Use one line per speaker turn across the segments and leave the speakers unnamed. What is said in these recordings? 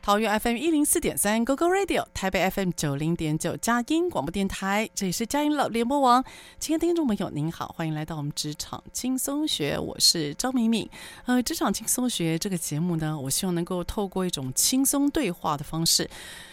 桃园 FM 一零四点三 g o g o Radio，台北 FM 九零点九佳音广播电台，这里是佳音老联播网。亲爱的听众朋友，您好，欢迎来到我们职场轻松学，我是张敏敏。呃，职场轻松学这个节目呢，我希望能够透过一种轻松对话的方式。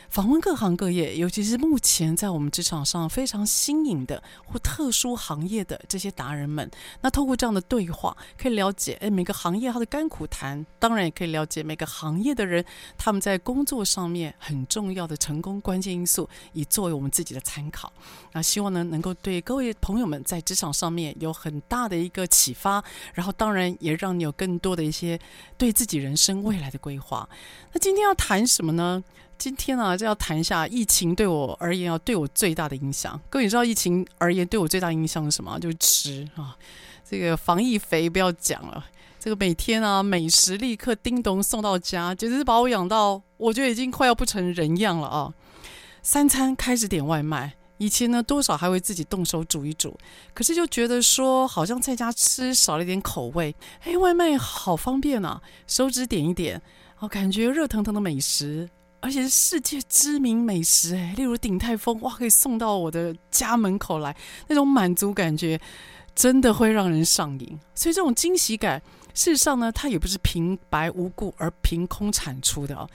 访问各行各业，尤其是目前在我们职场上非常新颖的或特殊行业的这些达人们，那透过这样的对话，可以了解哎诶每个行业它的甘苦谈，当然也可以了解每个行业的人他们在工作上面很重要的成功关键因素，以作为我们自己的参考。那希望呢能够对各位朋友们在职场上面有很大的一个启发，然后当然也让你有更多的一些对自己人生未来的规划。那今天要谈什么呢？今天啊，就要谈一下疫情对我而言啊，对我最大的影响。各位你知道疫情而言对我最大影响是什么啊？就是吃啊，这个防疫肥不要讲了，这个每天啊美食立刻叮咚送到家，简直是把我养到我觉得已经快要不成人样了啊！三餐开始点外卖，以前呢多少还会自己动手煮一煮，可是就觉得说好像在家吃少了一点口味。哎，外卖好方便啊，手指点一点，哦，感觉热腾腾的美食。而且是世界知名美食哎，例如鼎泰丰哇，可以送到我的家门口来，那种满足感觉真的会让人上瘾。所以这种惊喜感，事实上呢，它也不是平白无故而凭空产出的哦。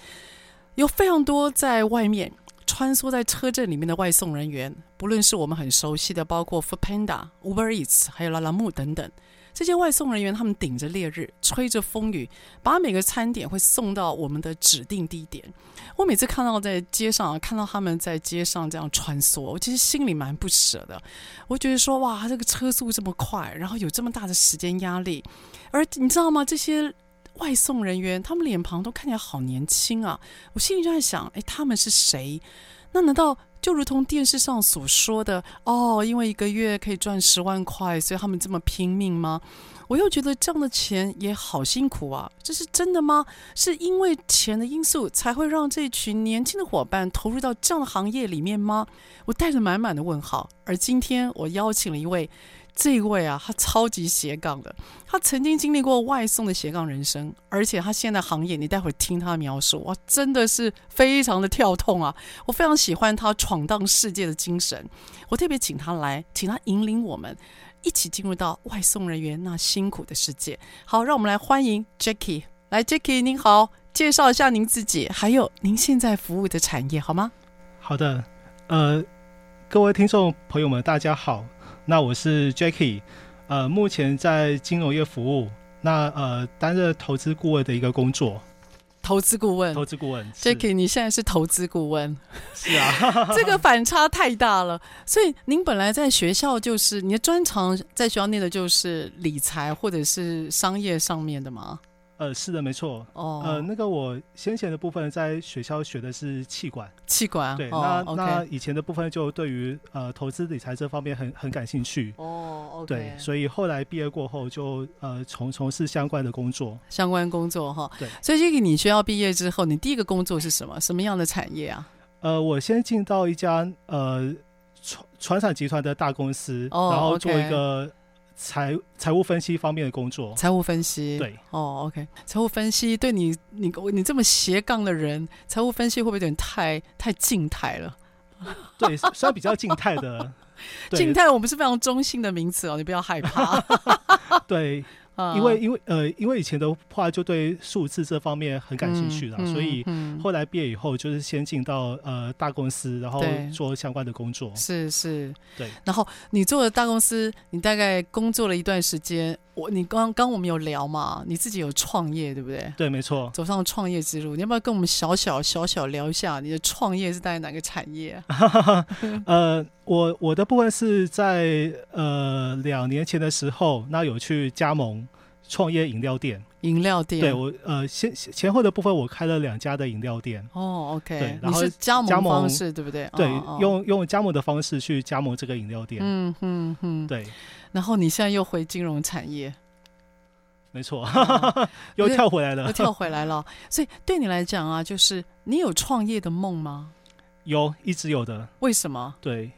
有非常多在外面穿梭在车阵里面的外送人员，不论是我们很熟悉的，包括 Food Panda、Uber Eats，还有拉拉木等等。这些外送人员，他们顶着烈日，吹着风雨，把每个餐点会送到我们的指定地点。我每次看到在街上，看到他们在街上这样穿梭，我其实心里蛮不舍的。我觉得说，哇，这个车速这么快，然后有这么大的时间压力，而你知道吗？这些外送人员，他们脸庞都看起来好年轻啊！我心里就在想，哎，他们是谁？那难道？就如同电视上所说的哦，因为一个月可以赚十万块，所以他们这么拼命吗？我又觉得这样的钱也好辛苦啊，这是真的吗？是因为钱的因素才会让这群年轻的伙伴投入到这样的行业里面吗？我带着满满的问号。而今天我邀请了一位，这位啊，他超级斜杠的，他曾经经历过外送的斜杠人生，而且他现在行业，你待会儿听他描述，哇，真的是非常的跳痛啊！我非常喜欢他闯荡世界的精神，我特别请他来，请他引领我们。一起进入到外送人员那辛苦的世界。好，让我们来欢迎 Jacky。来，Jacky，您好，介绍一下您自己，还有您现在服务的产业好吗？
好的，呃，各位听众朋友们，大家好，那我是 Jacky，呃，目前在金融业服务，那呃，担任投资顾问的一个工作。
投资顾问
投资顾问是
，Jacky，你现在是投资顾问，
是啊，
这个反差太大了。所以您本来在学校就是你的专长，在学校念的就是理财或者是商业上面的吗？
呃，是的，没错。
哦，
呃，那个我先前的部分在学校学的是气管，
气管
对，
哦
那
OK
那以前的部分就对于呃投资理财这方面很很感兴趣，
哦，OK，
对，所以后来毕业过后就呃从从事相关的工作。
相关工作哈。
对
所以这个你学校毕业之后，你第一个工作是什么？什么样的产业啊？
呃，我先进到一家呃船船产集团的大公司，
哦
然后
OK
做一个财财务分析方面的 工作。
财务分析。。
哦对，
哦，OK，财务分析对你，你你这么斜杠的人，财务分析会不会有点太太静态了？
对，虽然比较静态 的，对
静态我们是非常中性的名词哦，你不要害 怕。
对，
啊
因为因为呃，因为以前的话就对数字这方面很感兴趣了，
嗯嗯
所以
嗯
后来毕业以后就是先进到呃大公司，然后
对
做相关的工作。
是是，
对，
然后你做了大公司，你大概工作了一段时间，我你刚刚我们有聊嘛，你自己有创业对不对？
对，没错。
走上创业之路，你要不要跟我们小小小小聊一下你的创业是在哪个产业啊？
呃，我我的部分是在呃两年前的时候，那有去加盟创业饮料店。
饮料店。
对我呃先前后的部分，我开了两家的饮料店。
哦，OK，
对
你
然后
是加
加
盟
盟
方式对不对？
对，
哦哦
用用加盟的方式去加盟这个饮料店。
嗯嗯嗯，
对，
然后你现在又回金融产 业，
没错，
哦
又
不是
跳回来
又
了。
跳回来了。所以对你来讲啊，就是你有创业的梦吗？
有，一直有的。
为什么？
对，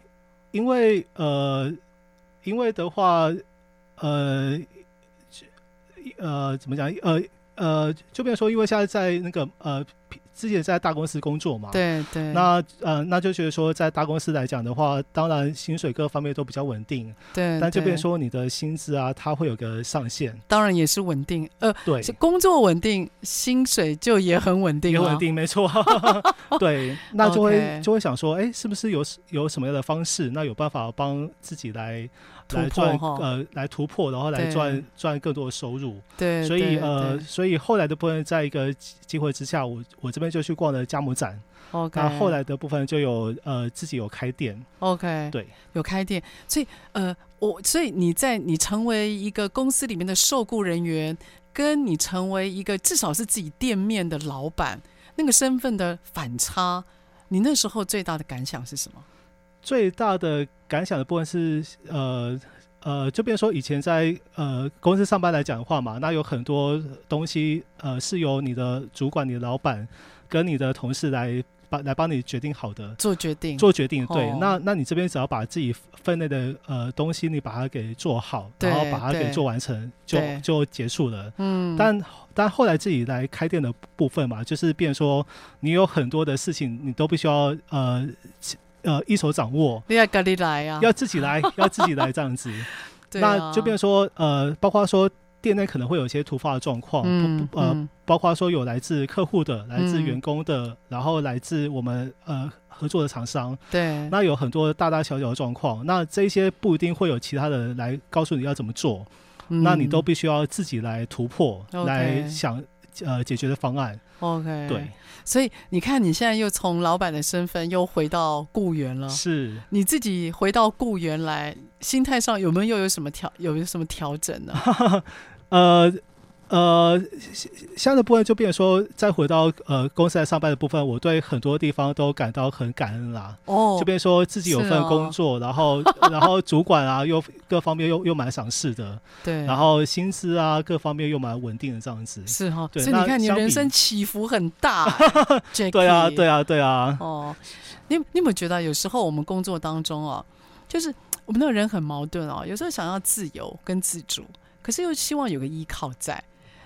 因为呃，因为的话，呃，呃，怎么讲？呃呃，就比如说，因为现在在那个呃，之前在大公司工作嘛，。
对对，
那呃，那就觉得说，在大公司来讲的话，当然薪水各方面都比较稳定，
对，
但就
嗯对
变说你的薪资啊，它会有个上限，
当然也是稳定，呃，
对，
是工作稳定，薪水就也很稳定，啊
也稳。定，没错， 对，那就会
OK
就会想说，哎，是不是有有什么样的方式，那有办法帮自己来
突
来
破
赚
哈
呃来突破，然后来
对
赚赚更多的收入。
对，
所以
对
呃，
对
所以后来的部分，在一个机机会之下，我我这边就去逛了加盟展，
，OK，
那后来的部分就有呃自己有开店，
OK，
对，
有开店，所以呃，我所以你在你成为一个公司里面的受雇人员，跟你成为一个至少是自己店面的老板，那个身份的反差，你那时候最大的感想是什么？
最大的感想的部分是，呃呃，就变成说以前在呃公司上班来讲的话嘛，那有很多东西呃是由你的主管、你的老板跟你的同事来帮来帮你决定好的。
做决定，
做决定，对，
哦
那那你这边只要把自己分内的呃东西，你把它给做好，
对
然后把它给
对
做完成，就
对
就结束了。
嗯，
但但后来自己来开店的部分嘛，就是变成说你有很多的事情，你都必须要呃呃一手掌握，
你要跟你来啊，
要自 己来，要自己来这样子。
对啊
那就变成说，呃，包括说店内可能会有一些突发的状况，
嗯
不不呃，
嗯
包括说有来自客户的、来自
嗯
员工的，然后来自我们呃合作的厂商，
对，
那有很多大大小小的状况。那这些不一定会有其他的人来告诉你要怎么做，那你
嗯
都必须要自己来突破，
OK
来想呃解决的方案。
嗯 OK
对，，
所以你看你现在又从老板的身份又回到雇员了。
是。
你自己回到雇员来，心态上有没有又有什么调有什么调整呢？
呃呃，现在的部分就变成说，再回到呃公司来上班的部分，我对很多地方都感到很感恩啦。
哦
就变成说自己有
是
份
哦
工作，然后然后主管啊又各方面又又蛮赏识的，
对，
然后薪资啊各方面又蛮稳定的这样子。
是哈、
对
所以你
那
看你
相
人
比
生起伏很 大、j a c k
对啊，对啊，对啊，
哦，你你有没有觉得有时候我们工作当中哦，就是我们那个人很矛盾哦，有时候想要自由跟自主，可是又希望有个依靠在。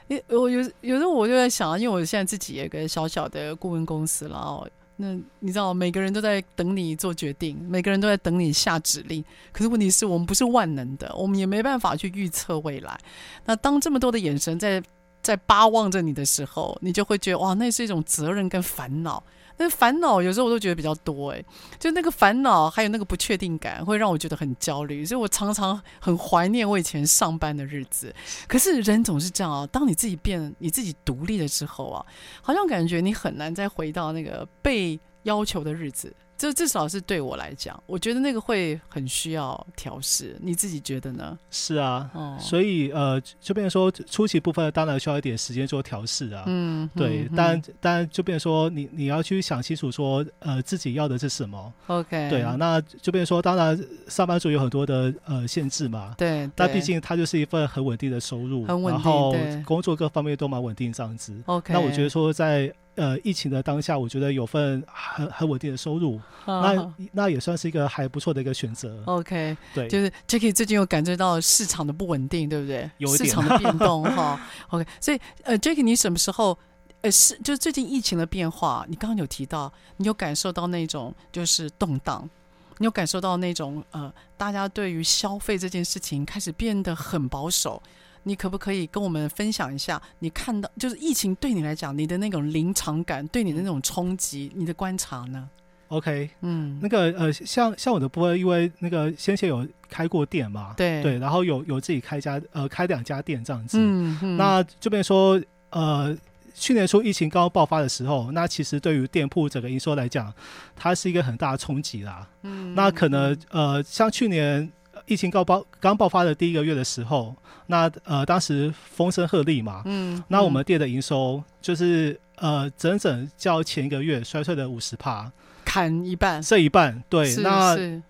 你我有有时候我就在想啊，因为我现在自己也有个小小的顾问公司了哦。那你知道，每个人都在等你做决定，每个人都在等你下指令。可是问题是我们不是万能的，我们也没办法去预测未来。那当这么多的眼神在在巴望着你的时候，你就会觉得哇，那是一种责任跟烦恼。那烦恼有时候我都觉得比较多哎、就那个烦恼还有那个不确定感，会让我觉得很焦虑，所以我常常很怀念我以前上班的日子。可是人总是这样啊，当你自己变你自己独立了之后啊，好像感觉你很难再回到那个被要求的日子。这至少是对我来讲，我觉得那个会很需要调试。你自己觉得呢？
是啊。
哦，
所以呃，就变成说初期部分当然需要一点时间做调试啊。
嗯，
对
嗯，
但但就变成说你你要去想清楚说呃自己要的是什么。
嗯 OK，
对啊，，那就变成说，当然上班族有很多的呃限制嘛。
对，
那
对
毕竟它就是一份很稳定的收入，
很稳定
然后
对
工作各方面都蛮稳定这样子。
OK，
那我觉得说在，呃疫情的当下，我觉得有份很很稳定的收入，
啊
那那也算是一个还不错的一个选择。
OK，
对，
就是 Jacky 最近有感觉到市场的不稳定，对不对？
有一
市
点
场的 变动哈。OK，所以呃，Jacky，你什么时候呃是就最近疫情的变化？你刚刚有提到，你有感受到那种就是动荡，你有感受到那种呃，大家对于消费这件事情开始变得很保守。你可不可以跟我们分享一下，你看到就是疫情对你来讲，你的那种临场感，对你的那种冲击，你的观察呢？
OK，
嗯
那，个呃，像像我的部分，因为那个先前有开过店嘛，
对
对，然后有有自己开家呃开两家店这样子。
嗯，嗯
那这边说呃，去年初疫情刚爆发的时候，那其实对于店铺整个营收来讲，它是一个很大的冲击啦。
嗯
那可能呃，像去年呃疫情刚爆刚爆发的第一个月的时候，那呃当时风声鹤唳嘛，
嗯，
那我们店的营收就是呃整整较前一个月衰退了五十趴，
砍一半，
这一半对，
嗯是
那
是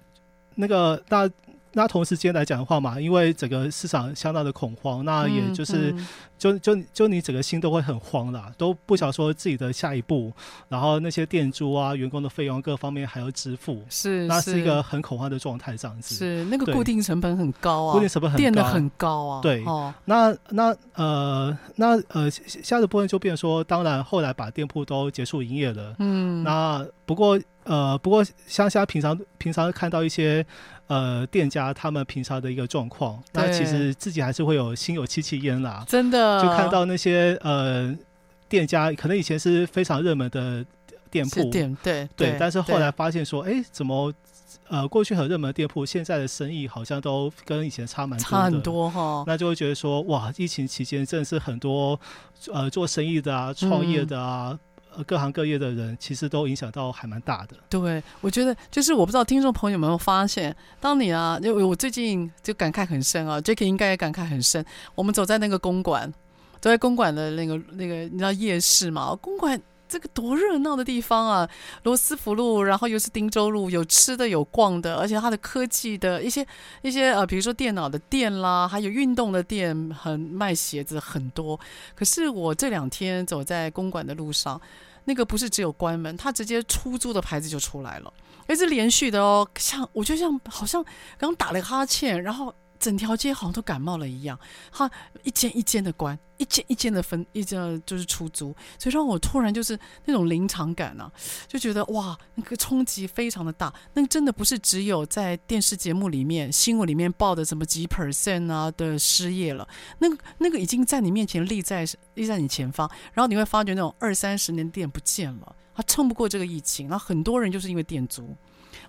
那个那。那同时间来讲的话嘛，因为整个市场相当的恐慌，那也就是、
嗯
就就就你整个心都会很慌啦，都不想说自己的下一步，然后那些店租啊、员工的费用各方面还要支付，
嗯是
那是一个很恐慌的状态，这样子。
是那个
对
固定成本很高啊，
固定成本很
垫的
高
很高啊，
对
哦，
那那呃那呃下下的部分就变成说，当然后来把店铺都结束营业了。
嗯，
那不过呃不过乡下平常平常看到一些呃店家他们平常的一个状况，那
对
其实自己还是会有心有戚戚焉啦。
真的
就看到那些呃店家，可能以前是非常热门的店
是
铺，
店对
对，但是后
对
来发现说，哎，怎么呃过去很热门的店铺，现在的生意好像都跟以前差蛮多的
差很多哈，
那就会觉得说，哇，疫情期间真的是很多呃做生意的啊、创业的啊、
嗯
呃各行各业的人，其实都影响到还蛮大的。
对，我觉得就是我不知道听众朋友有没有发现，当你啊，因为我最近就感慨很深啊 j a c k 应该也感慨很深。我们走在那个公馆，走在公馆的那个那个，你知道夜市嘛？公馆这个多热闹的地方啊！罗斯福路，然后又是汀州路，有吃的有逛的，而且它的科技的一些一些呃，比如说电脑的店啦，还有运动的店，很卖鞋子很多。可是我这两天走在公馆的路上。那个不是只有关门，它直接出租的牌子就出来了，而是连续的哦，像我就像好像刚打了个哈欠，然后整条街好像都感冒了一样，它一间一间的关，一间一间的分，一间就是出租，所以让我突然就是那种临场感啊，就觉得哇，那个冲击非常的大，那个真的不是只有在电视节目里面、新闻里面报的什么几 percent 啊的失业了，那个那个已经在你面前立在立在你前方。然后你会发觉那种二三十年店不见了，它撑不过这个疫情，然后很多人就是因为店租，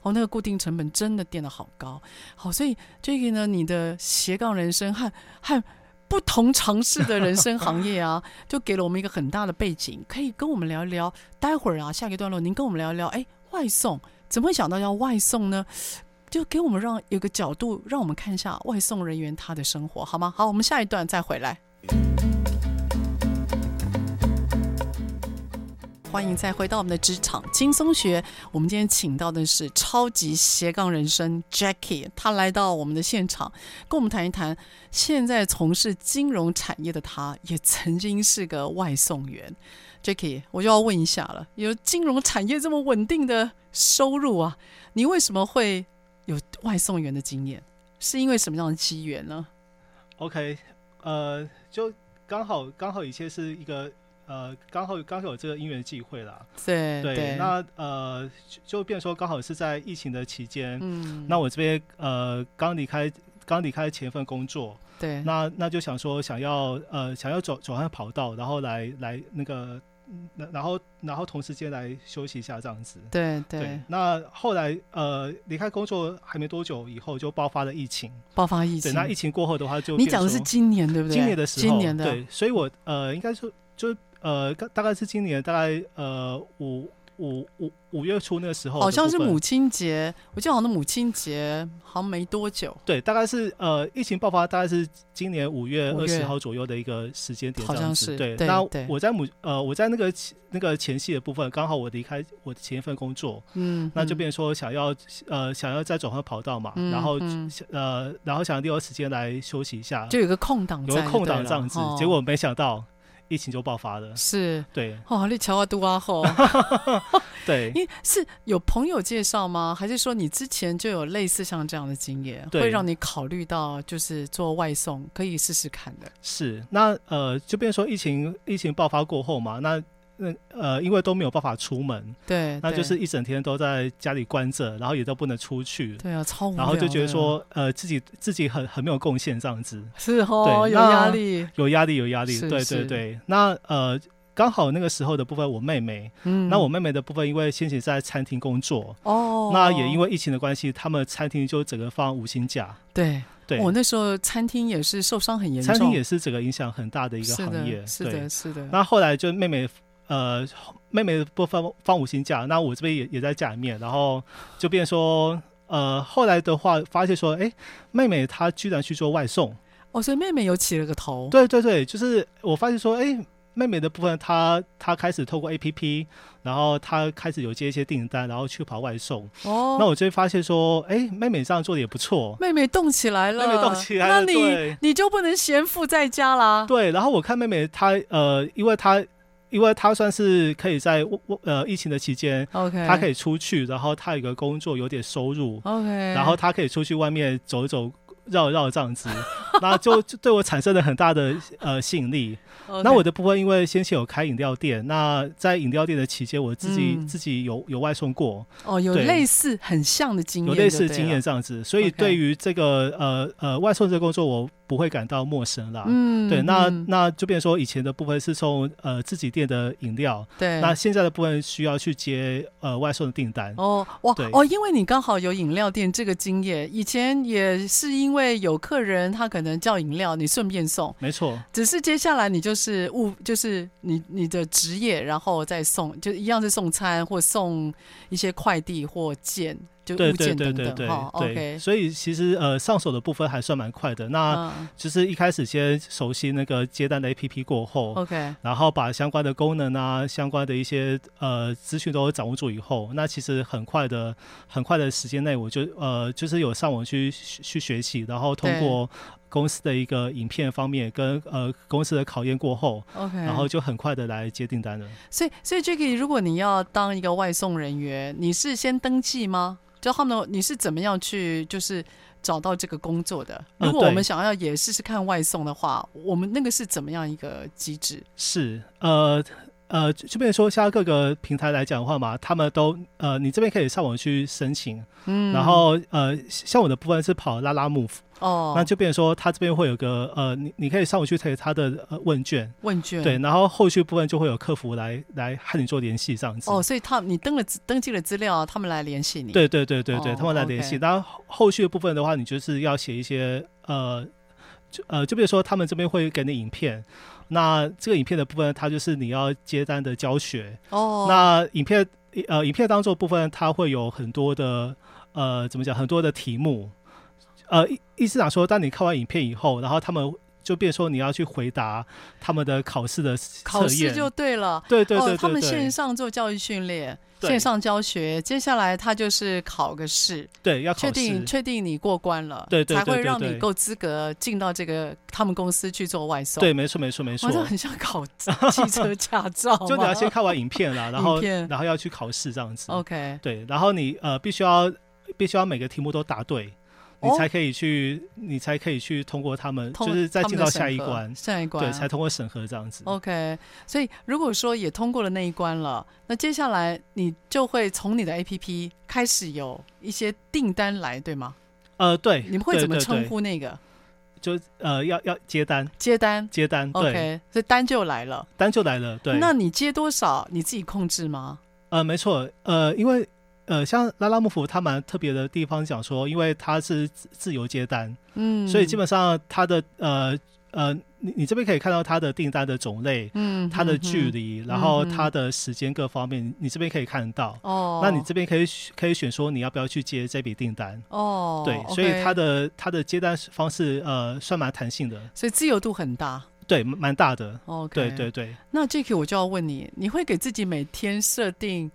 哦，那个固定成本真的垫的好高，好，所以这个呢，你的斜杠人生和和不同尝试的人生行业啊， 就给了我们一个很大的背景，可以跟我们聊一聊。待会儿啊，下个段落您跟我们聊一聊，哎，外送怎么会想到要外送呢？就给我们让有个角度，让我们看一下外送人员他的生活，好吗？好，我们下一段再回来。欢迎再回到我们的职场轻松学。我们今天请到的是超级斜杠人生 Jackie，他来到我们的现场，跟我们谈一谈现在从事金融产业的他，也曾经是个外送员。Jackie，我就要问一下了，有金融产业这么稳定的收入啊，你为什么会有外送员的经验？是因为什么样的机缘呢？
OK，呃，就刚好刚好以前是一个呃刚好刚好有这个因缘际会啦。
对
对，那呃就就变成说刚好是在疫情的期间，
嗯，
那我这边呃刚离开刚离开前一份工作，
对
那那就想说想要呃想要转转换跑道，然后来来那个，嗯然然后然后同时间来休息一下这样子。
对
对
对，，
那后来呃离开工作还没多久以后就爆发了疫情，
爆发疫
对，
情，
那疫情过后的话就
你
变
讲的是
说
今年对不对？
今年的时候，
今年的
对，所以我呃，应该说就呃，大大概是今年大概呃五五五五月初那个时候的
好
部分，
像是母亲节，我记得好像母亲节好像没多久，
对，大概是呃疫情爆发，大概是今年五月
五
二
月
十号左右的一个时间点，
好像
这样子
是
对。
对
那
对
我在母呃我在那个前那个前戏的部分，刚好我离开我的前一份工作，
嗯，
那就变成说想要呃想要再转换跑道嘛，
嗯
然后
嗯
呃然后想利用时间来休息一下
嗯，就有个空档在就
有
对
个
了，
空档这样子，
哦
结果没想到疫情就爆发了，
是
对
哦，你乔啊杜啊 吼，
对。
因为是有朋友介绍吗？还是说你之前就有类似像这样的经验，
对
会让你考虑到就是做外送可以试试看的？
是，那呃，就变成说疫情疫情爆发过后嘛，那那呃，因为都没有办法出门，
对，
那就
哎对
是一整天都在家里关着，然后也都不能出去，
对啊，超无聊的，
然后就觉得说呃，自己自己很很没有贡献这样子，
是哦，
对
有压
那
力，
有压力有压力，
是
对
是
对对。那呃，刚好那个时候的部分，我妹妹，
嗯
那我妹妹的部分，因为先前在餐厅工作，
哦，
那也因为疫情的关系，他们餐厅就整个放无薪假，
对，
对，
哦我那时候餐厅也是受伤很严重，
餐厅也是整个影响很大的一个行业，
是
对
的，是的，是的。
那后来就妹妹，呃，妹妹不放放五星假，那我这边也也在家里面，然后就变说，呃，后来的话发现说，哎，妹妹她居然去做外送，
哦，所以妹妹有起了个头，
对对对，就是我发现说，哎，妹妹的部分她她开始透过 A P P，然后她开始有接一些订单，然后去跑外送，
哦，
那我就会发现说，哎，妹妹这样做的也不错。
妹妹动起来了，
妹妹动起来
那
了
你
对
你就不能闲赋在家啦。
对，然后我看妹妹她呃，因为她因为她算是可以在呃疫情的期间，
OK，
他可以出去，然后他有个工作，有点收入，
OK，
然后他可以出去外面走一走、绕一绕这 样子，那就就对我产生了很大的呃吸引力。那我的部分，因为先前有开饮料店，那在饮料店的期间，我自己、
嗯
自己有有外送过，
哦有
对
类似很像的经验，
有类似的经验，这样子，所以
OK
对于这个呃呃外送这个工作，我不会感到陌生啦。
嗯，
对，那
嗯
那就变成说，以前的部分是从呃自己店的饮料，
对
那现在的部分需要去接呃外送的订单。
哦，哇
对
哦，因为你刚好有饮料店这个经验，以前也是因为有客人他可能叫饮料，你顺便送，
没错，
只是接下来你就是务，就是你你的职业，然后再送，就一样是送餐或送一些快递或件，就
对
呃物
对
件
对
等
对
等
对
哈。
对，啊
OK，
所以其实呃上手的部分还算蛮快的。那
嗯
就是一开始先熟悉那个接单的 APP 过后，
，OK，
然后把相关的功能啊、相关的一些呃资讯都掌握住以后，那其实很快的、很快的时间内，我就呃就是有上网去去学习，然后通
对
过公司的一个影片方面跟呃公司的考验过后，
OK，
然后就很快的来接订单了。
所以所以 Jacky，如果你要当一个外送人员，你是先登记吗？就他们你是怎么样去就是找到这个工作的？
呃
如果我们
对
想要也试试看外送的话，我们那个是怎么样一个机制？
是，呃呃，就就变成说，像各个平台来讲的话嘛，他们都呃，你这边可以上网去申请，
嗯
然后呃，像我的部分是跑拉拉 move，、
哦，
那就变成说，他这边会有个呃，你你可以上网去填他的呃问卷，
问卷
对，然后后续部分就会有客服来来和你做联系这样子。
哦，所以他你登了资登记了资料，他们来联系你。
对对对对对，
哦
他们来联系。然后后续的部分的话，你就是要写一些呃，就呃，就比如说他们这边会给你影片，那这个影片的部分，它就是你要接单的教学。
哦，
那影片呃，影片当中的部分，它会有很多的呃，怎么讲，很多的题目。呃，意意思讲说，当你看完影片以后，然后他们就变说你要去回答他们的考试的
考
测
试
验，
就对了。
对对对对对、
哦，他们线上做教育训练，
对
线上教学，接下来他就是考个试，
对要考
确定
试，
确定你过关了，
对对对
才会
对
让
对
你够资格进到这个他们公司去做外送。
对，，没错没错没错
哦哇，。这很像考汽车驾照嘛。
就你要先看完影片啦，然后
影片哦
然后要去考试这样子。
OK，
对，然后你呃必须要必须要每个题目都答对，你
哦
才可以去、你才可以去通过他们，
通
就是再
他
进
们
到
的
下
审
一
核
关，
下一关啊哦
对，才通过审核这样子。
OK，所以如果说也通过了那一关了，那接下来你就会从你的 APP 开始有一些订单来，对吗？
呃，对，
你们会
对
怎么
对
称
对
呼那个
就呃要要接单，
接单
接单，对
？OK，所以单就来了。
单就来了，对，
那你接多少你自己控制吗？
呃没错，呃因为呃像拉拉木府它蛮特别的地方讲说，因为它是自自由接单，
嗯，
所以基本上它的呃呃你你这边可以看到它的订单的种类。
嗯
它的距
离
离，然后
嗯嗯
它的时间各方面，你这边可以看到。
哦，
那你这边可以选可以选说你要不要去接这笔订单，
哦，
对，所以它
的
的它的接单方式呃算蛮弹性的，
所以自由度很大。
对，蛮蛮大的，
OK，
对对对。
那 Jacky，我就要问你，你会给自己每天设定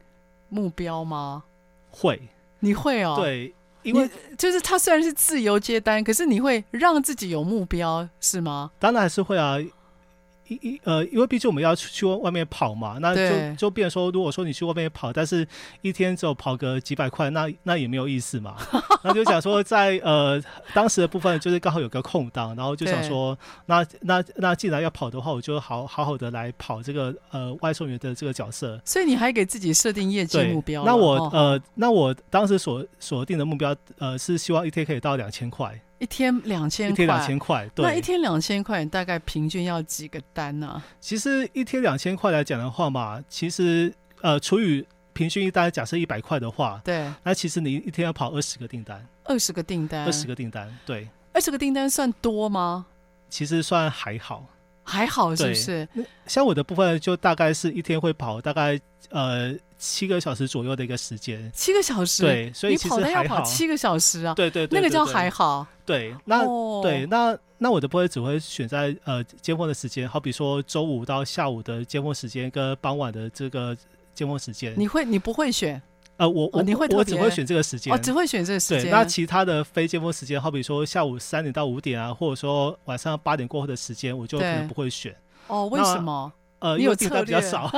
目标吗？
会，
你会哦，，
对，因为
就是他虽然是自由接单，可是你会让自己有目标，是吗？
当然还是会啊，一一呃，因为毕竟我们要去去外面跑嘛，那
对
就就变成说，如果说你去外面跑，但是一天只有跑个几百块，那那也没有意思 嘛。那就想说在，呃当时的部分，就是刚好有个空档，然后就想说，那那那既然要跑的话，我就好好好的来跑这个呃外送员的这个角色。
所以你还给自己设定业绩
对
目，标了。
那我、呃
哦
呃，那我当时所所定的目标，呃，是希望一天可以到两千块。
一天两千
一
块，
天两千块，对，
那一天两千块，你大概平均要几个单呢、
其实一天两千块来讲的话嘛，其实呃除以平均一单，假设一百块的话，
对，
那其实你一天要跑二十个订单，
二十个订单，
二十个订单，对，
二十个订单算多吗？
其实算还好。
还好是不
对
是？
像我的部分就大概是一天会跑大概呃七个小时左右的一个时间，
七个小时，
对，所以
你
其
跑
实
单要
还好
跑。七个小时啊，
对对对，
那个
对
叫
对
还好。
对。那
哦
对，那那我的部分只会选在呃尖峰的时间，好比说周五到下午的尖峰时间跟傍晚的这个尖峰时间。
你会你不会选
呃，我我、
哦你会特
我只
别
会选这个时间。
哦，只会选这个时
对，
间。
那其他的非尖峰时间，好比说下午三点到五点啊，或者说晚上八点过后的时间，我就可
对
能不会选。
哦，为
那
什么？
呃，
你
因
有
为订单比
策
较
略
少，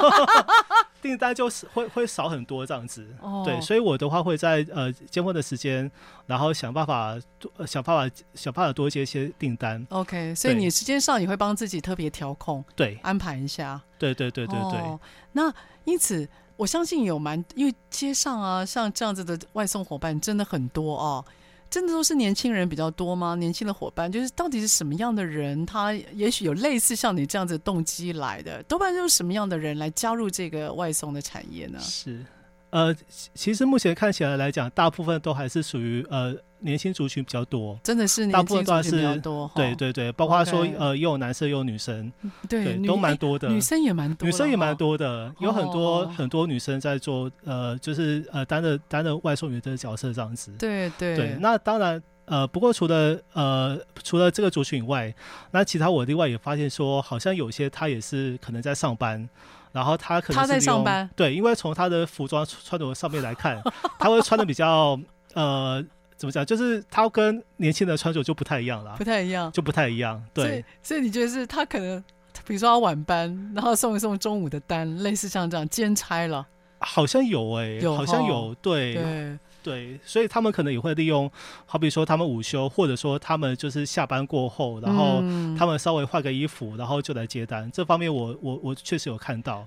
订单就是会会少很多这样子。
哦，
对，所以我的话会在呃尖峰的时间，然后想办法多呃想办法想办法多接一些订单。
OK，所以
对
你时间上也会帮自己特别调控
对，
安排一下。
对对对对对，
哦、那因此，我相信有蛮，因为街上啊，像这样子的外送伙伴真的很多哦。真的都是年轻人比较多吗？年轻的伙伴就是到底是什么样的人？他也许有类似像你这样子的动机来的，多半就是什么样的人来加入这个外送的产业呢？
是。呃，其其实目前看起来来讲，大部分都还是属于呃年轻族群比较多。
真的是
大
年
部
轻
分
族
都
群比较
是
多，哈
对对对，包括
哦
说
OK
呃，也有男生，也有女生，
对，
对
女
都蛮
哎
多的
女生也蛮多，
女生也蛮。多的，有很多
哦
很多女生在做呃，就是呃担任担任外送员的角色这样子。
对对
对，那当然，呃，不过除了呃除了这个族群以外，那其他我另外也发现说，好像有些他也是可能在上班，然后他可能
他
是
在
利
上
用
班，
对，因为从他的服装穿着上面来看，他会穿的比较呃怎么讲，就是他跟年轻人穿着就不太一样啦
不，太一样。
就不太一样，
所
对
以，所以你觉得是他可能，比如说他晚班，然后送一送中午的单，类似像这样兼差了。
好像有哎、
有
好像
吼
有，对
对，
对，所以他们可能也会利用，好比说他们午休，或者说他们就是下班过后，然后
嗯
他们稍微换个衣服，然后就来接单。这方面我我我确实有看到，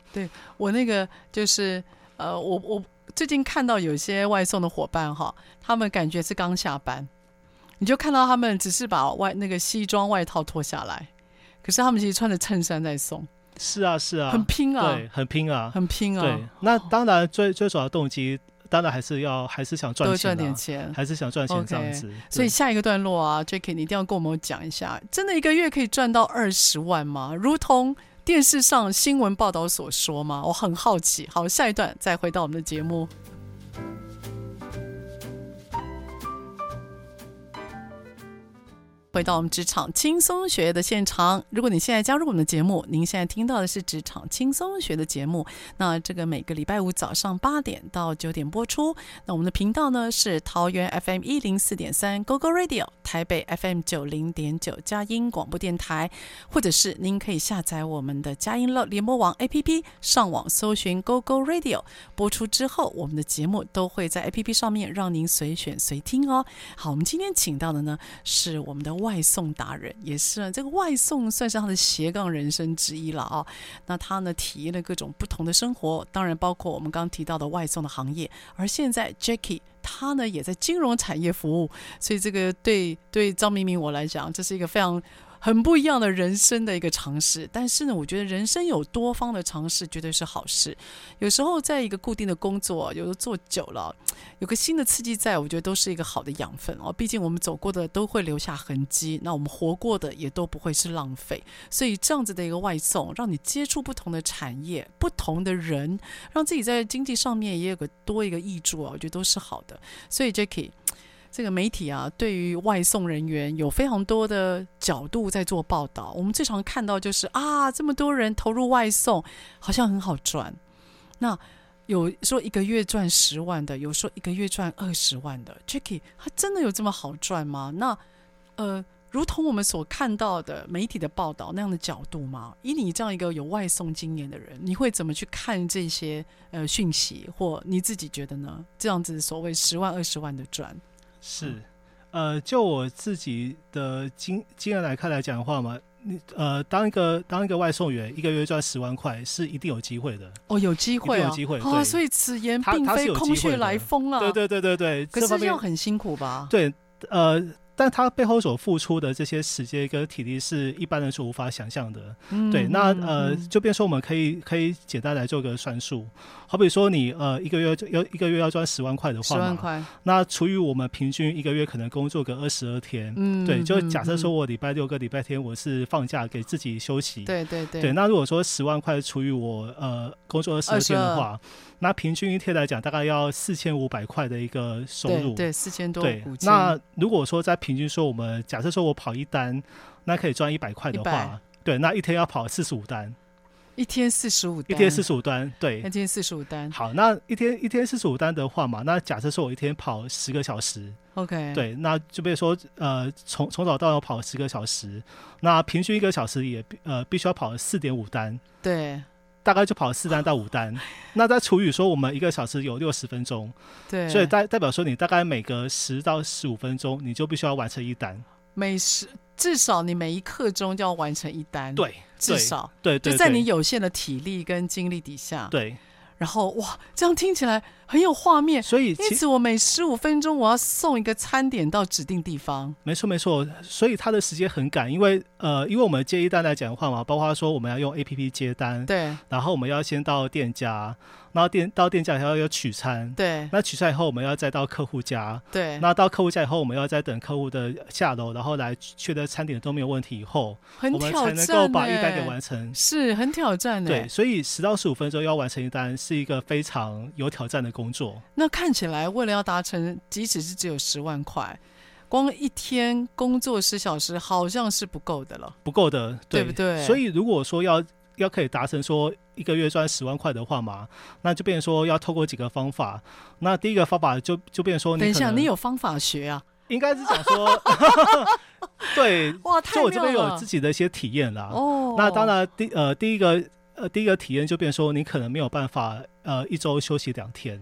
我那个就是呃，我我最近看到有些外送的伙伴哈，他们感觉是刚下班，你就看到他们只是把外那个西装外套脱下来，可是他们其实穿着衬衫在送，
是啊是啊，
很拼啊，
对，很拼啊，
很拼
对
啊，。
那当然最最主要的动机，当然还是要还是想赚
多
钱、啊，
赚点钱。
还是想赚钱这样
OK，
子。
所以
对
下一个段落啊 j a c k 你一定要跟我们讲一下，真的一个月可以赚到二十万吗？如同电视上新闻报道所说吗？我很好奇。好，下一段再回到我们的节目。回到我们职场轻松学的现场。如果你现在加入我们的节目，您现在听到的是职场轻松学的节目。那这个每个礼拜五早上八点到九点播出。那我们的频道呢是桃园 FM 一零四点三 GoGo Radio，台北 FM 九零点九佳音广播电台，或者是您可以下载我们的佳音乐联播网 APP，上网搜寻 GoGo Radio。播出之后，我们的节目都会在 APP 上面让您随选随听哦。好，我们今天请到的呢是我们的外送达人，也是啊这个外送算是他的斜杠人生之一了啊、那他呢体验了各种不同的生活，当然包括我们刚刚提到的外送的行业。而现在 Jackie 他呢也在金融产业服务，所以这个对对张明明我来讲，这是一个非常。很不一样的人生的一个尝试，但是呢，我觉得人生有多方的尝试绝对是好事。有时候在一个固定的工作，有时候做久了，有个新的刺激在，我觉得都是一个好的养分哦。毕竟我们走过的都会留下痕迹，那我们活过的也都不会是浪费。所以这样子的一个外送，让你接触不同的产业、不同的人，让自己在经济上面也有个多一个益处啊，我觉得都是好的。所以 Jacky，这个媒体啊，对于外送人员有非常多的角度在做报道。我们最常看到就是啊，这么多人投入外送，好像很好赚。那有说一个月赚十万的，有说一个月赚二十万的。Jacky，他真的有这么好赚吗？那呃，如同我们所看到的媒体的报道那样的角度吗？以你这样一个有外送经验的人，你会怎么去看这些呃讯息，或你自己觉得呢？这样子所谓十万二十万的赚，
是，呃，就我自己的经经验来看来讲的话嘛，你呃，当一个当一个外送员，一个月赚十万块是一定有机会的。
哦，有机会
一定
啊，
有机会
啊，
对
所以此言
他
并
他是
非
有
空
机会
穴
的
来风啊，
对对对对对，
可
这
是
方
这
面
样很辛苦吧？
对，呃，但他背后所付出的这些时间跟体力是一般人所无法想象的。
嗯
对，那
嗯
呃，
嗯
就变成说我们可以可以简单来做个算术，好比说你呃一个月要一个月要赚十万块的
十
话
万
嘛，
块，
那除以我们平均一个月可能工作个二十二天，
嗯，
对，就
嗯
假设说
嗯
我礼拜六跟礼拜天我是放假给自己休息，
对对对
对，那如果说十万块除以我呃工作二十二天的话，那平均一天来讲大概要四千五百块的一个收
对
入，
对四千多
对
股金，
那如果说在平均说我们假设说我跑一单，那可以赚一百块的
100
话。对，那一天要跑四十五单，
一天四十五，
一天四，十五单，对
一，天四十五单
好，那一天一天四十五单的话嘛，那假设说我一天跑十个小时，
，OK，，
对，那就比如说呃，从从早到晚跑十个小时，那平均一个小时也呃必须要跑四点五单，
对
大概就跑四单到五单。 那再除以说我们一个小时有六十分钟，
对，
所以代代表说你大概每隔十到十五分钟你就必须要完成一单，
每十至少你每一刻钟就要完成一单，，
对，
嗯至少
对对，
就在
对
你有限的体力跟精力底下，，
对，
然后哇，这样听起来很有画面。
所以
因
其
此，我每十五分钟我要送一个餐点到指定地方，
没错没错，所以它的时间很赶，因为呃，因为我们接一单来讲的话嘛，包括说我们要用 A P P 接单，
对
然后我们要先到店家，然后店到店家还要要取餐，
对
那取餐以后我们要再到客户家，
对，
那到客户家以后我们要再等客户的下楼，然后来确认餐点都没有问题以后，
很
我们
挑
才能
战
够把一单给
欸
完成。
是很挑战欸的。
对，，所以十到十五分钟要完成一单是一个非常有挑战的工作。
那看起来为了要达成，即使是只有十万块，光一天工作十小时好像是不够的了。
不够的，
对
对
不对
所以如果说要要可以达成说一个月赚十万块的话嘛，那就变成说要透过几个方法。那第一个方法就就变成说你
等一
可
下，
能
你有方法学啊？
应该是讲说， 对，
哇，太
就我这
妙
边有
了
自己的一些体验啦。
哦。
那当，然第呃第一个呃第一个体验就变成说你可能没有办法呃一周休息两天，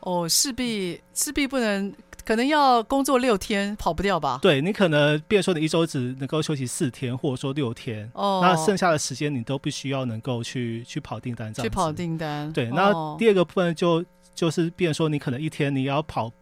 哦，势必势必不能，可能要工作六天，跑不掉吧？
对你可能变成说你一周只能够休息四天或者说六天。
哦，
那剩下的时间你都必须要能够去去跑订单，这样
去
子
跑订单。
对，那
哦
第二个部分就就是，变成说你可能一天你要跑，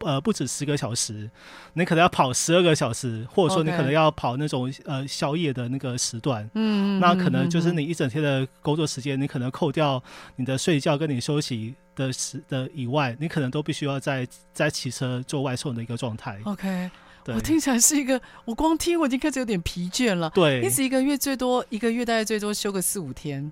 呃，不止十个小时，你可能要跑十二个小时，或者说你
OK
可能要跑那种呃宵夜的那个时段。
嗯，嗯
那可能就是
嗯嗯
你一整天的工作时间，你可能扣掉你的睡觉跟你休息的时的以外，你可能都必须要在在骑车做外送的一个状态。
OK。
对
哦我听起来是一个，我光听我已经开始有点疲倦了。
对
因此一个月最多一个月大概最多休个四五天，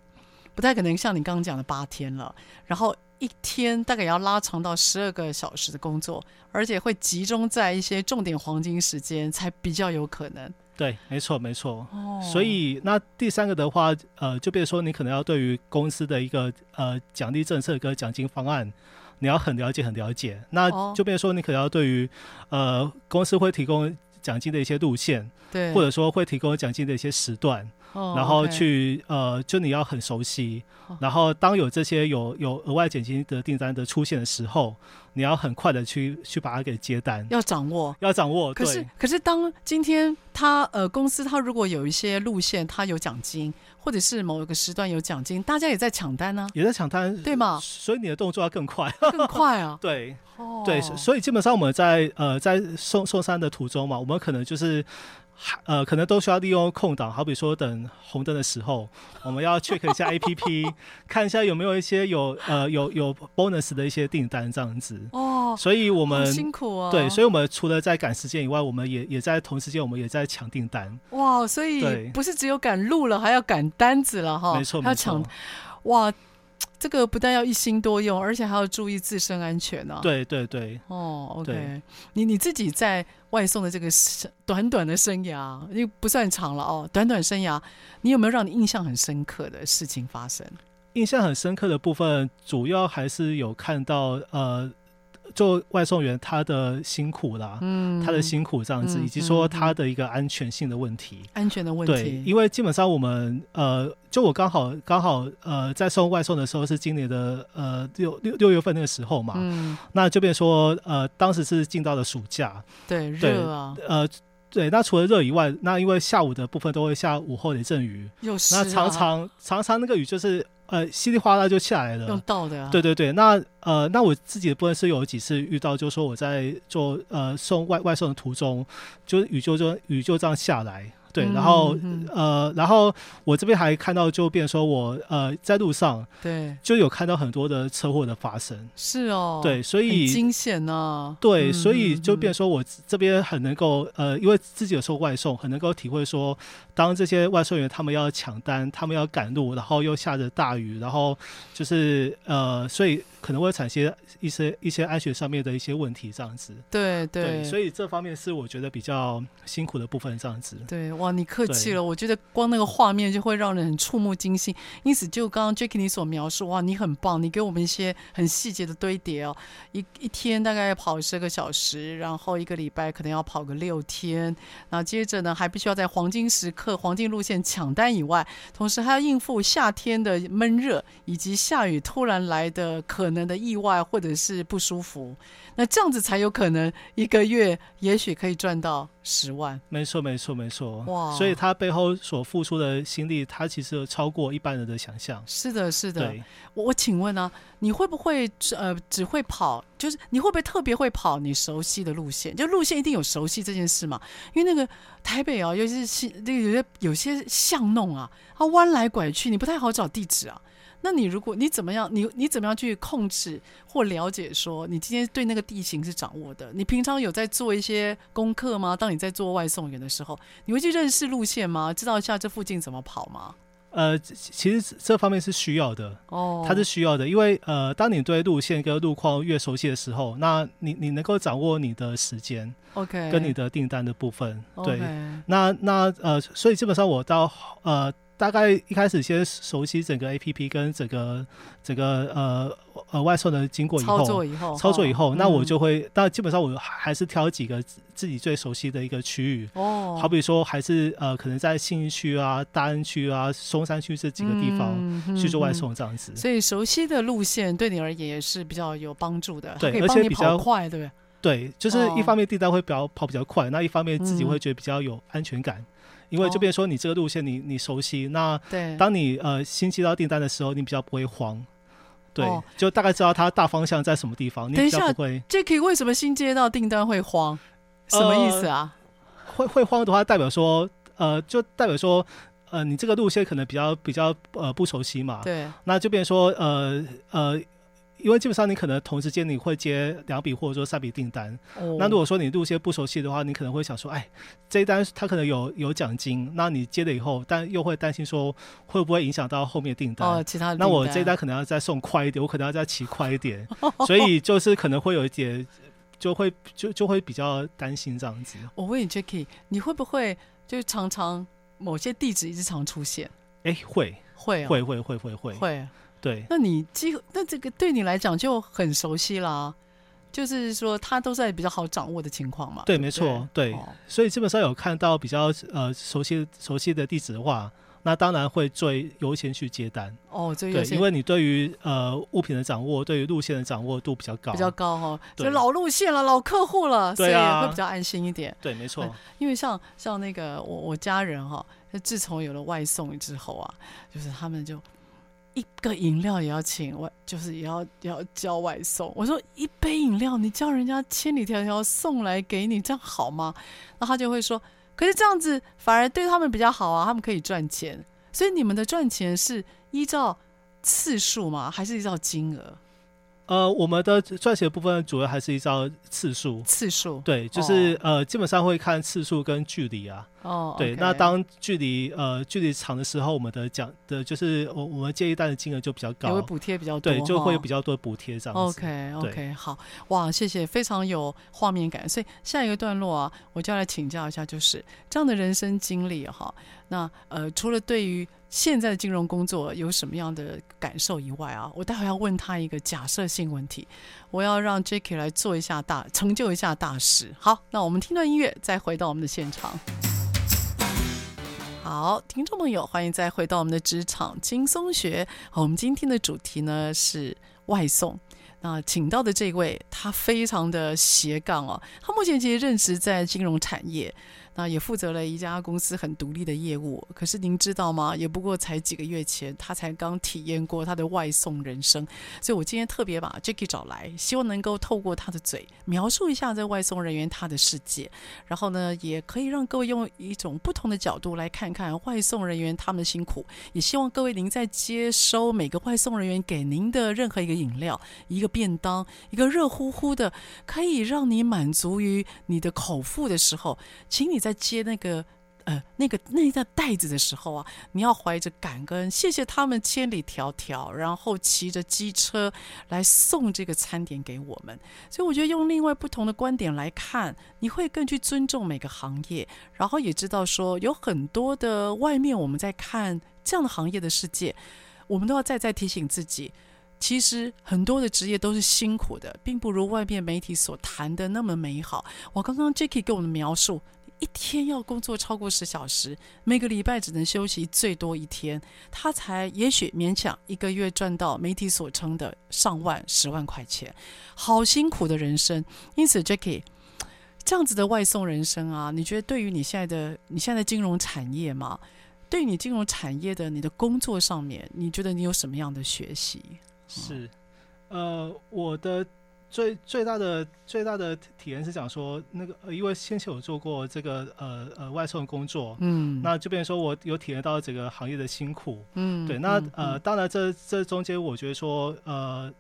不太可能像你刚刚讲的八天了。然后一天大概也要拉长到十二个小时的工作，而且会集中在一些重点黄金时间才比较有可能。
对，没错没错。
哦
所以，那第三个的话，呃，就比如说你可能要对于公司的一个呃奖励政策跟奖金方案，你要很了解，很了解。那
哦
就比如说你可能要对于呃公司会提供奖金的一些路线，
对，
或者说会提供奖金的一些时段，
哦
然后
OK
去呃，就你要很熟悉
哦。
然后当有这些有有额外奖金的订单的出现的时候，你要很快的去去把它给接单，
要掌握。
要掌握。
可是
对，
可是当今天他呃公司他如果有一些路线，他有奖金，或者是某个时段有奖金，大家也在抢单呢、
也在抢单，
对啊 吗？
所以你的动作要 更快。！
更快啊
对，
哦，
对，所所以基本上我们在呃在送送山的途中嘛，我们可能就是呃可能都需要利用空档，好比说等红灯的时候，我们要 check 一下 A P P，看一下有没有一些有呃有有 bonus 的一些订单这样子。
哦，
所以我
我
们
辛苦哦。
对，所以我们除了在赶时间以外，我们也也在同时间我们也在抢订单。
哇，所以
对
不是只有赶路了，还要赶单子了哈，
没错，
哦还要
没
抢
错。
哇，这个不但要一心多用，而且还要注意自身安全啊呢、，
对对对，
哦，OK，
对
你你自己在外送的这个生短短的生涯，因为不算长了哦，短短生涯，你有没有让你印象很深刻的事情发生？
印象很深刻的部分，主要还是有看到呃做外送员他的辛苦啦。
嗯，
他的辛苦这样子，
嗯
以及
嗯
说
嗯
他的一个安全性的问题。
安全的问
对，
题，
因为基本上我们呃，就我刚好刚好呃，在送外送的时候是今年的呃六六六月份那个时候嘛，
嗯，
那就变成说呃，当时是进到了暑假，
对，
对
热啊，
呃，对，那除了热以外，那因为下午的部分都会下午后的阵雨，
又湿、啊，
那常常常常那个雨就是呃稀里哗啦就下来
用
了。
倒的、啊，
对，对对，那呃，那我自己的部分是有几次遇到，就是说我在做呃送外外送的途中，就是雨就就雨就这样下来，对，然后
嗯嗯
呃，然后我这边还看到，就变成说我呃在路上
对，
就有看到很多的车祸的发生，
是哦，
对，，所
很
以
惊险呢、
对，
嗯
所以就变
嗯
成说我这边很能够呃，因为自己有收外送，很能够体会说，当这些外送员他们要抢单，他们要赶路，然后又下着大雨，然后就是呃，所以可能会产生一些一些安全上面的一些问题，这样子。
对
对，所
以。
以这方面是我觉得比较辛苦的部分，这样 子。
对，哇，你客气
对
了。我觉得光那个画面就会让人很触目惊心。因此，就刚刚 Jacky 你所描述，哇，你很棒，你给我们一些很细节的堆叠哦。一一天大概跑十个小时，然后一个礼拜可能要跑个六天，然后接着呢还必须要在黄金时刻、黄金路线抢单以外，同时还要应付夏天的闷热以及下雨突然来的可能的意外或者是不舒服。那这样子才有可能一个月也许可以赚到十万。
没错，没错，没错。
哇
所以他背后所付出的心力，他其实有超过一般人的想象。
是的，是的。
对，
我我请问呢、你会不会呃只会跑？就是你会不会特别会跑你熟悉的路线？就路线一定有熟悉这件事嘛？因为那个台北啊，尤其是西那个有些有些巷弄啊，它弯来拐去，你不太好找地址啊。那你如果你怎么样，你你怎么样去控制或了解说你今天对那个地形是掌握的？你平常有在做一些功课吗？当你在做外送员的时候，你会去认识路线吗？知道一下这附近怎么跑吗？
呃，其其实这这方面是需要的。
哦，
它是需要的，因为呃，当你对路线跟路况越熟悉的时候，那你你能够掌握你的时间
OK
跟你的订单的部分。
哦
对
OK
那那呃，所以基本上我到呃，大概一开始先熟悉整个 A P P 跟整个整个呃呃外送的经过以后，
操作以后，
操作以后，
哈
那我
嗯
就会，那基本上我还是挑几个自自己最熟悉的一个区域。
哦，
好比说，还是呃，可能在信义区啊、大安区啊、松山区这几个地方
方
去做外。送这样子。
嗯所以熟悉的路线对你而言也是比较有帮助的，
对
它可以
而且
帮你
比
跑
较
快，对不对？
对，就是
哦
一方面订单会比较跑比较快，那一方面自己
嗯
会觉得比较有安全感，因为
哦
就变成说你这个路线你你熟悉，那
对，
当你呃新接到订单的时候，你比较不会慌，对，
哦
就大概知道它大方向在什么地方，你
等一
比较
下
不会
Jacky 为什么新接到订单会慌？什么意思啊？
会会慌的话，代表说呃就代表说呃你这个路线可能比较比较呃不熟悉嘛，
对，
那就变成说呃呃。因为基本上你可能同时间你会接两笔或者说三笔订单，
哦
那如果说你路线不熟悉的话，你可能会想说，哎，这一单它可能有有奖金，那你接了以后，但又会担心说会不会影响到后面订单。
哦，其他的
那我
订
这一单可能要再送快一点，我可能要再骑快一点，所以就是可能会有一点，就会就就会比较担心这样子。
我问你 Jacky，你会不会就常常某些地址一直常出现？
哎，会
会啊，
会会会会会，
会。哦
对
那你几乎那这个对你来讲就很熟悉啦，就是说它都在比较好掌握的情况嘛。
对，
不
没错，对。
哦
所以基本上有看到比较呃熟悉熟悉的地址的话，那当然会最优先去接单。
哦，这有
对，
些
因为你对于呃物品的掌握，对于路线的掌握度比较高，
比较高哈、哦，
对
就老路线了，老客户了，所以
对啊
会比较安心一点。
对，没错，
因为像像那个我我家人哈、自从有了外送之后啊，就是他们就一个饮料也要请外，就是也要也要叫外送。我说一杯饮料你叫人家千里迢迢送来给你，这样好吗？那他就会说，可是这样子反而对他们比较好啊，他们可以赚钱。所以你们的赚钱是依照次数吗？还是依照金额
呃，我们的撰写部分主要还是依照次数，
次数？
对，就是、呃基本上会看次数跟距离啊，
哦，
对
OK
那当距离呃距离长的时候，我们的奖的就是我我们建议单的金额就比较
也会
高，
补贴比较多，
对，就会
哈
比较多补贴这样子。
OK OK，好哇，谢谢，非常有画面感。所以下一个段落啊，我就要来请教一下，就是这样的人生经历哈、那呃，除了对于现在的金融工作有什么样的感受以外啊，我待会要问他一个假设性问题，我要让 Jacky 来做一下大，成就一下大事。好，那我们听段音乐，再回到我们的现场。好，听众朋友，欢迎再回到我们的职场轻松学。好，我们今天的主题呢是外送。那呃请到的这位，他非常的斜杠哦，他目前其实任职在金融产业。那也负责了一家公司很独立的业务。可是您知道吗？也不过才几个月前，他才刚体验过他的外送人生。所以我今天特别把 Jackie 找来，希望能够透过他的嘴描述一下这外送人员他的世界，然后呢，也可以让各位用一种不同的角度来看看外送人员他们的辛苦。也希望各位您在接收每个外送人员给您的任何一个饮料、一个便当、一个热乎乎的，可以让你满足于你的口腹的时候，请你在接那个。呃，那个那个袋子的时候啊，你要怀着感恩，谢谢他们千里迢迢，然后骑着机车来送这个餐点给我们。所以我觉得用另外不同的观点来看，你会更去尊重每个行业，然后也知道说有很多的外面我们在看这样的行业的世界，我们都要再再提醒自己，其实很多的职业都是辛苦的，并不如外面媒体所谈的那么美好。我刚刚 Jacky 给我们描述，一天要工作超过十小时，每个礼拜只能休息最多一天，他才也许勉强一个月赚到媒体所称的上万、十万块钱，好辛苦的人生。因此，Jacky。这样子的外送人生啊，你觉得对于你现在的你现在的金融产业嘛，对于你金融产业的你的工作上面，你觉得你有什么样的学习？
是，呃，我的最最大的最大的体验是讲说，那个、呃因为先前有做过这个呃呃外送工作，
嗯，
那这边说我有体验到整个行业的辛苦，
嗯，
对，那
嗯
呃，当然这这中间，我觉得说，呃，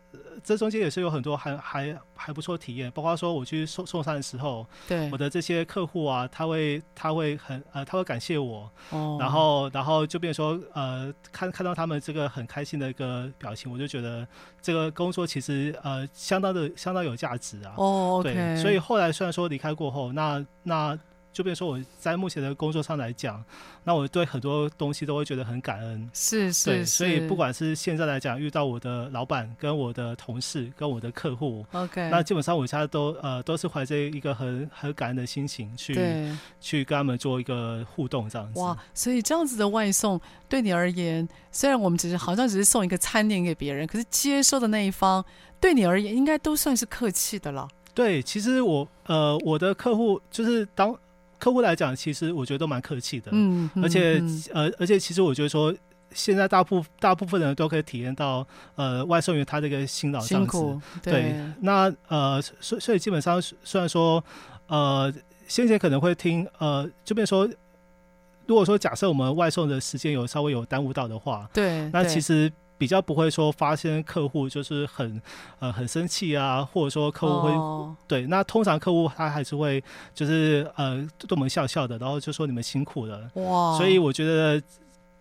这中间也是有很多还还还不错体验，包括说我去送送餐的时候，
对
我，的这些客户啊，他会他会很呃，他会感谢我，
哦
然后然后就变成说，呃，看看到他们这个很开心的一个表情，我就觉得这个工作其实呃相当的相当有价值啊。
哦，OK，
对，所以后来虽然说离开过后，那那就变成说我在目前的工作上来讲，那我对很多东西都会觉得很感恩。
是
对，
是，
所以
是
不管是现在来讲，遇到我的老板、跟我的同事、跟我的客户，
OK，
那基本上我现在都呃都是怀着一个很很感恩的心情去
对
去跟他们做一个互动这样子。
哇，所以这样子的外送对你而言，虽然我们只是好像只是送一个餐点给别人，可是接收的那一方对你而言应该都算是客气的了。
对，其实我呃我的客户就是当客户来讲，其实我觉得都蛮客气的，
嗯，
而且、
嗯嗯
呃而且其实我觉得说。现在大部大部分人都可以体验到，呃，外送员他这个辛劳这
辛
样子。
苦，
对，那呃，所所以基本上虽然说，呃，先前可能会听呃，这边说，如果说假设我们外送的时间有稍微有耽误到的话，
对，
那
对
其实比较不会说发现客户就是很呃很生气啊，或者说客户会、
哦
对，那通常客户他还是会就是呃对我们笑笑的，然后就说你们辛苦了，
哇，
所以我觉得。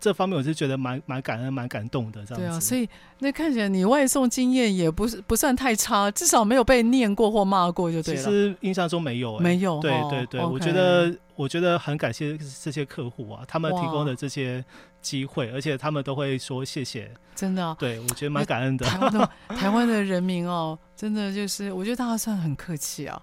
这方面我是觉得蛮蛮感恩、蛮感动的这样子。
对啊，所以那看起来你外送经验也不是不算太差，至少没有被念过或骂过就对
其
了。
实印象中没有、欸，
没有，
对
哦
对对，
OK
我觉得我觉得很感谢这些客户啊，他们提供
哇
的这些机会，而且他们都会说谢谢，
真的啊、
对我觉得蛮感恩的。
台湾的台湾的人民哦，真的就是，我觉得大家算很客气啊。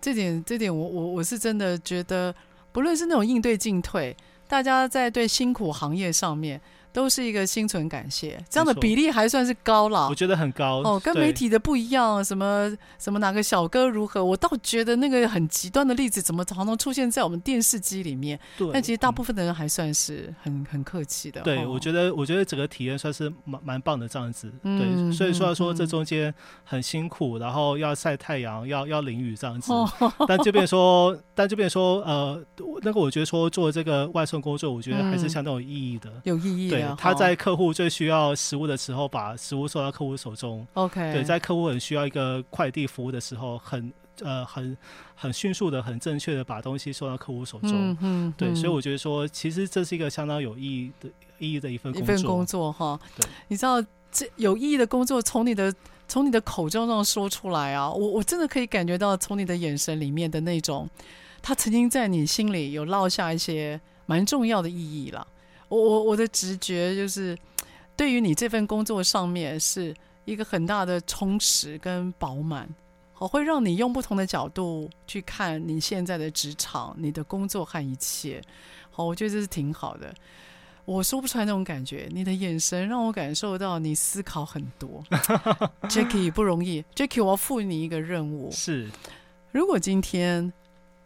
这点这点我，我我是真的觉得，不论是那种应对进退，大家在对辛苦行业上面都是一个心存感谢，这样的
没错
比例还算是高了
我。觉得很高
哦，跟
对
媒体的不一样，什么什么哪个小哥如何，我倒觉得那个很极端的例子，怎么常常出现在我们电视机里面？
对，
但其实大部
分、
分的人还算是很很客气的。
对
哦
我觉得我觉得整个体验算是蛮蛮棒的这样子。
嗯
对，所以虽然说
嗯
这
嗯
中间很辛苦，然后要晒太阳，要要淋雨这样子，
哦，
但这边说，但这边说，呃，那个我觉得说做这个外送工作，我觉得还是
嗯
相当有意义的。
有意义
对
的。，
他
哦
在客户最需要食物的时候，把食物送到客户手中。
OK，
对，在客户很需要一个快递服务的时候，很呃很很迅速的、很正确的把东西送到客户手中。
嗯嗯，
对，所以
嗯
我觉得说，其实这是一个相当有意义的意义的一份
一
工作。
份工作哈
对，
你知道这有意义的工作从你的。从你的口中上说出来啊，我我真的可以感觉到，从你的眼神里面的那种，他曾经在你心里有落下一些蛮重要的意义啦。我我我的直觉就是，对于你这份工作上面是一个很大的充实跟饱满，好会让你用不同的角度去看你现在的职场、你的工作和一切。好，我觉得这是挺好的。我说不出来那种感觉，你的眼神让我感受到你思考很多。Jacky 不容易，Jacky，我要赋予你一个任务。
是
如果今天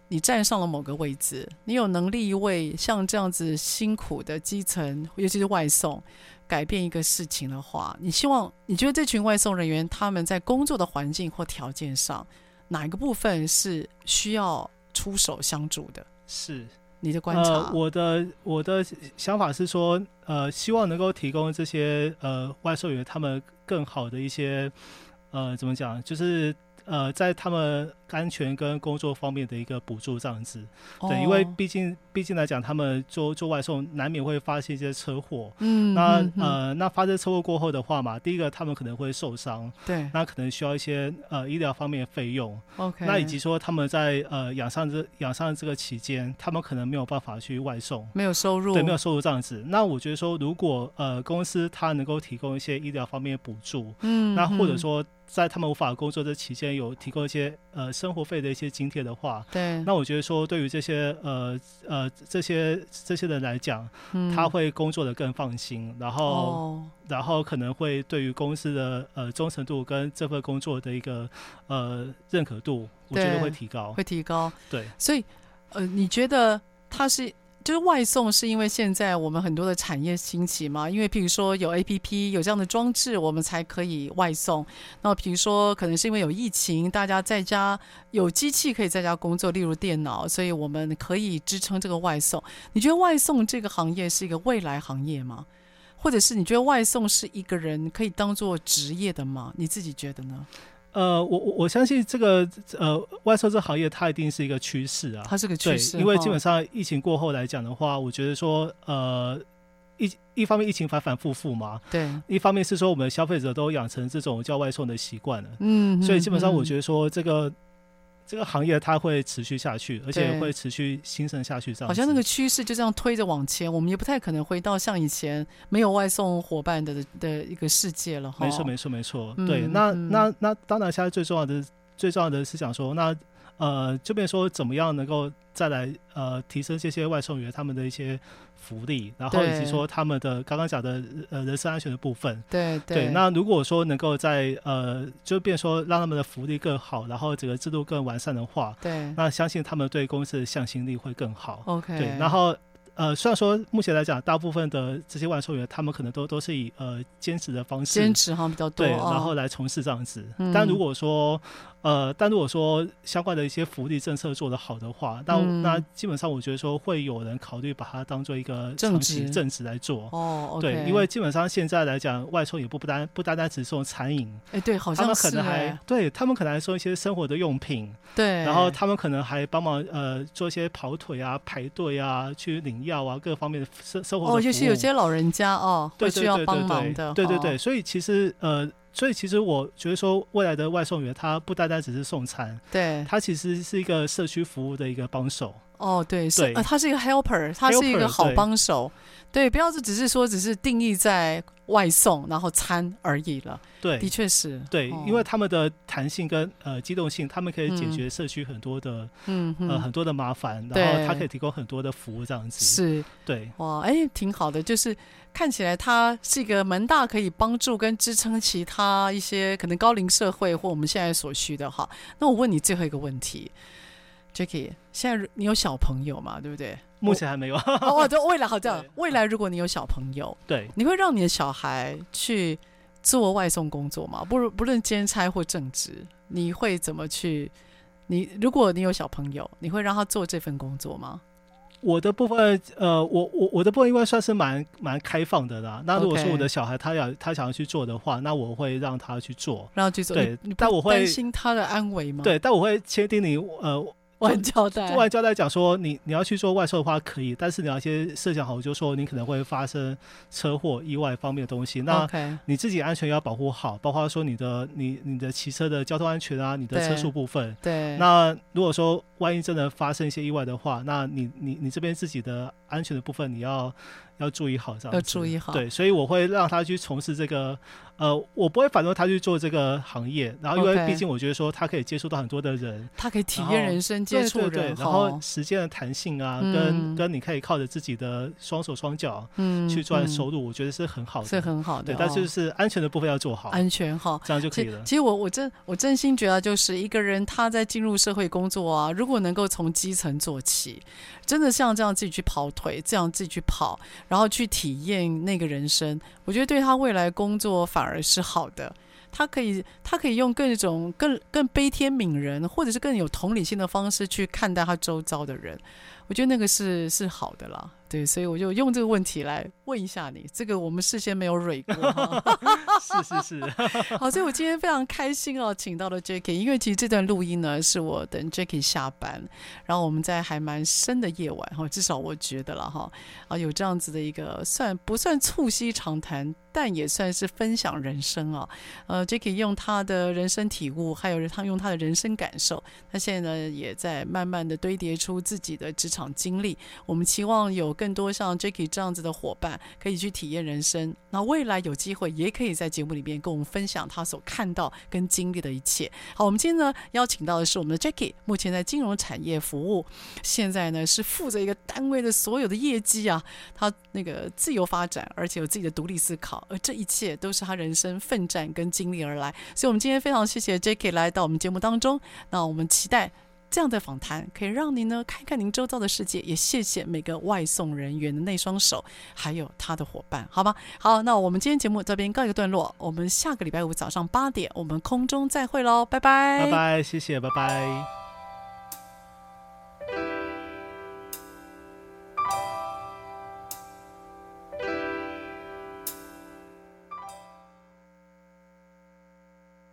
你站上了某个位置，你有能力为像这样子辛苦的基层，尤其是外送，改变一个事情的话，你希望你觉得这群外送人员他们在工作的环境或条件上，哪一个部分是需要出手相助的？
是
你的观察，
呃，我的我的想法是说，呃，希望能够提供这些呃外售员他们更好的一些呃怎么讲，就是呃在他们安全跟工作方面的一个补助这样子。对，因为
哦
毕竟毕竟来讲，他们做做外送难免会发生一些车祸。
嗯，
那
嗯嗯
呃，那发生车祸过后的话嘛，第一个他们可能会受伤，
对
那可能需要一些呃医疗方面的费用。
，OK，
那以及说他们在呃养伤这养伤这个期间，他们可能没有办法去外送，
没有收入，
对，没有收入这样子。那我觉得说，如果呃公司它能够提供一些医疗方面的补助，
嗯，嗯，
那或者说在他们无法工作这期间有提供一些呃生活费的一些津贴的话。
嗯对，
那我觉得说，对于这些呃呃这些这些人来讲，
嗯
他会工作的更放心，然后、
哦，
然后可能会对于公司的呃忠诚度跟这份工作的一个呃认可度，我觉得
对
会提高。
哦会提高。
对，
所以，呃，你觉得它是就是外送，是因为现在我们很多的产业兴起嘛？因为譬如说有 A P P 有这样的装置，我们才可以外送。那比如说，可能是因为有疫情，大家在家有机器可以在家工作，例如电脑，所以我们可以支撑这个外送。你觉得外送这个行业是一个未来行业吗？或者是你觉得外送是一个人可以当做职业的吗？你自己觉得呢？
呃，我我我相信这个呃外售这行业它一定是一个趋势啊，
它是个趋
对
势，，
因为
哈
基本上疫情过后来讲的话，我觉得说呃一一方面疫情反反复复嘛，
哦对，
一方面是说我们消费者都养成这种叫外送的习惯了，
嗯，
所以基本上我觉
得
得说这个。这个行业它会持续下去，而且
对
会持续兴盛下去，这样
好像那
子
个趋势就这样推着往前，我们也不太可能回到像以前没有外送伙伴的的一个世界了哈。
没错，没
错，
错，没错。
哦嗯
对，那
嗯
那那当然，现在最重要的最重要的是想说，那呃，这边说怎么样能够再来呃提升这些外送员他们的一些福利，然后以及
对
说他们的刚刚讲的呃人身安全的部分。
对
对，
对
那如果说能够在呃，就变说让他们的福利更好，然后整个制度更完善的话，
对
那相信他们对公司的向心力会更好。
，OK，
对，然后呃，虽然说目前来讲，大部分的这些外送员他们可能都都是以呃兼职的方式
兼职好像比较多，
对，
哦
然后来从事这样子。
嗯
但如果说，呃，但如果说相关的一些福利政策做得好的话，那、
嗯
那基本上我觉得说会有人考虑把它当做一个
正
长期
职
正职来做。
哦，OK，
对，因为基本上现在来讲，外送也不不单不单单只送餐饮，
哎对，好
他
像
们
是
可能还
哎
对他们可能还送一些生活的用品，
对，
然后他们可能还帮忙呃做一些跑腿啊、排队啊、去领药啊各方面的生生活的
哦，尤其有
服务
些老人家哦，
对
会需
对对
要
对
帮
对
忙的，哦
对对
哈
对，，所以其实呃，所以其实我觉得说，未来的外送员他不单单只是送餐，
对，
他其实是一个社区服务的一个帮手。
哦，对，是
对
呃，他是一个 helper，他是一
Helper，
个好
对
帮手，对，不要是只是说只是定义在外送然后餐而已了，
对
的确是，
对
哦，
因为他们的弹性跟呃机动性，他们可以解
嗯
决社区很多的、
嗯
呃
嗯
很多的麻烦，然
对
后他可以提供很多的服务这样子。，
是。
对，
哇，哎，挺好的，就是看起来它是一个蛮大可以帮助跟支撑其他一些可能高龄社会或我们现在所需的哈。那我问你最后一个问题，Jacky，现在如你有小朋友嘛，对不 对？
目前还没有。
哦，对，未来好这样
对，
未来如果你有小朋友，
对，
你会让你的小孩去做外送工作吗？不如不论兼差或正职，你会怎么去？你如果你有小朋友，你会让他做这份工作吗？
我的部分，呃，我我我的部分因为算是蛮蛮开放的啦。那如果说
OK
我的小孩他要他想要去做的话，那我会让他去做。
让他去做？
对
你你不
但我会
担心他的安危吗？哎
对，但我会签订你呃
万交代
突然交代讲说你，你要去做外售的话可以，但是你要先设想好，就说你可能会发生车祸、意外方面的东西。那
OK，
你自己安全要保护好，包括说你的你你的骑车的交通安全啊，你的
对
车速部分。
对，
那如果说万一真的发生一些意外的话，那你你你这边自己的安全的部分你要要注意好，这样
要
子
注意好
对，所以我会让他去从事这个，呃，我不会反对他去做这个行业，然后因
OK
为毕竟我觉得说他可以接触到很多的人，
他可以体
然
验
后
人生，接触
对对对
人，
然
吼
后时间的弹性啊，
嗯
跟跟你可以靠着自己的双手双脚
嗯
去赚
嗯
收入，我觉得是很好的，
是很好的
对
哦，，
但就是安全的部分要做好，
安全哈。
这样就可以
其
了。
其实我我真我真心觉得，就是一个人他在进入社会工作啊，如果能够从基层做起，真的像这样自己去跑腿，这样自己去跑，然后去体验那个人生，我觉得对他未来工作反而是好的。他可以，他可以用各种更更悲天悯人，或者是更有同理心的方式去看待他周遭的人，我觉得那个是是好的啦。对，所以我就用这个问题来问一下你，这个我们事先没有蕊过哈。
是是 是，
好，所以我今天非常开心哦，请到了 Jacky，因为其实这段录音呢，是我等 Jacky 下班，然后我们在还蛮深的夜晚哈，至少我觉得了哈，啊，有这样子的一个算不算促膝长谈，但也算是分享人生啊。呃，Jacky 用他的人生体悟，还有他用他的人生感受，他现在呢也在慢慢的堆叠出自己的职场经历。我们期望有更多像 Jacky 这样子的伙伴，可以去体验人生。那未来有机会，也可以在节目里面跟我们分享他所看到跟经历的一切。好，我们今天呢邀请到的是我们的 Jacky，目前在金融产业服务，现在呢是负责一个单位的所有的业绩啊。他那个自由发展，而且有自己的独立思考，而这一切都是他人生奋战跟经历而来。所以，我们今天非常谢谢 Jacky 来到我们节目当中。那我们期待这样的访谈可以让您呢看看您周遭的世界，也谢谢每个外送人员的那双手，还有他的伙伴，好吗？好，那我们今天节目这边告一个段落，我们下个礼拜五早上八点，我们空中再会喽，拜拜，
拜拜，谢谢，拜拜。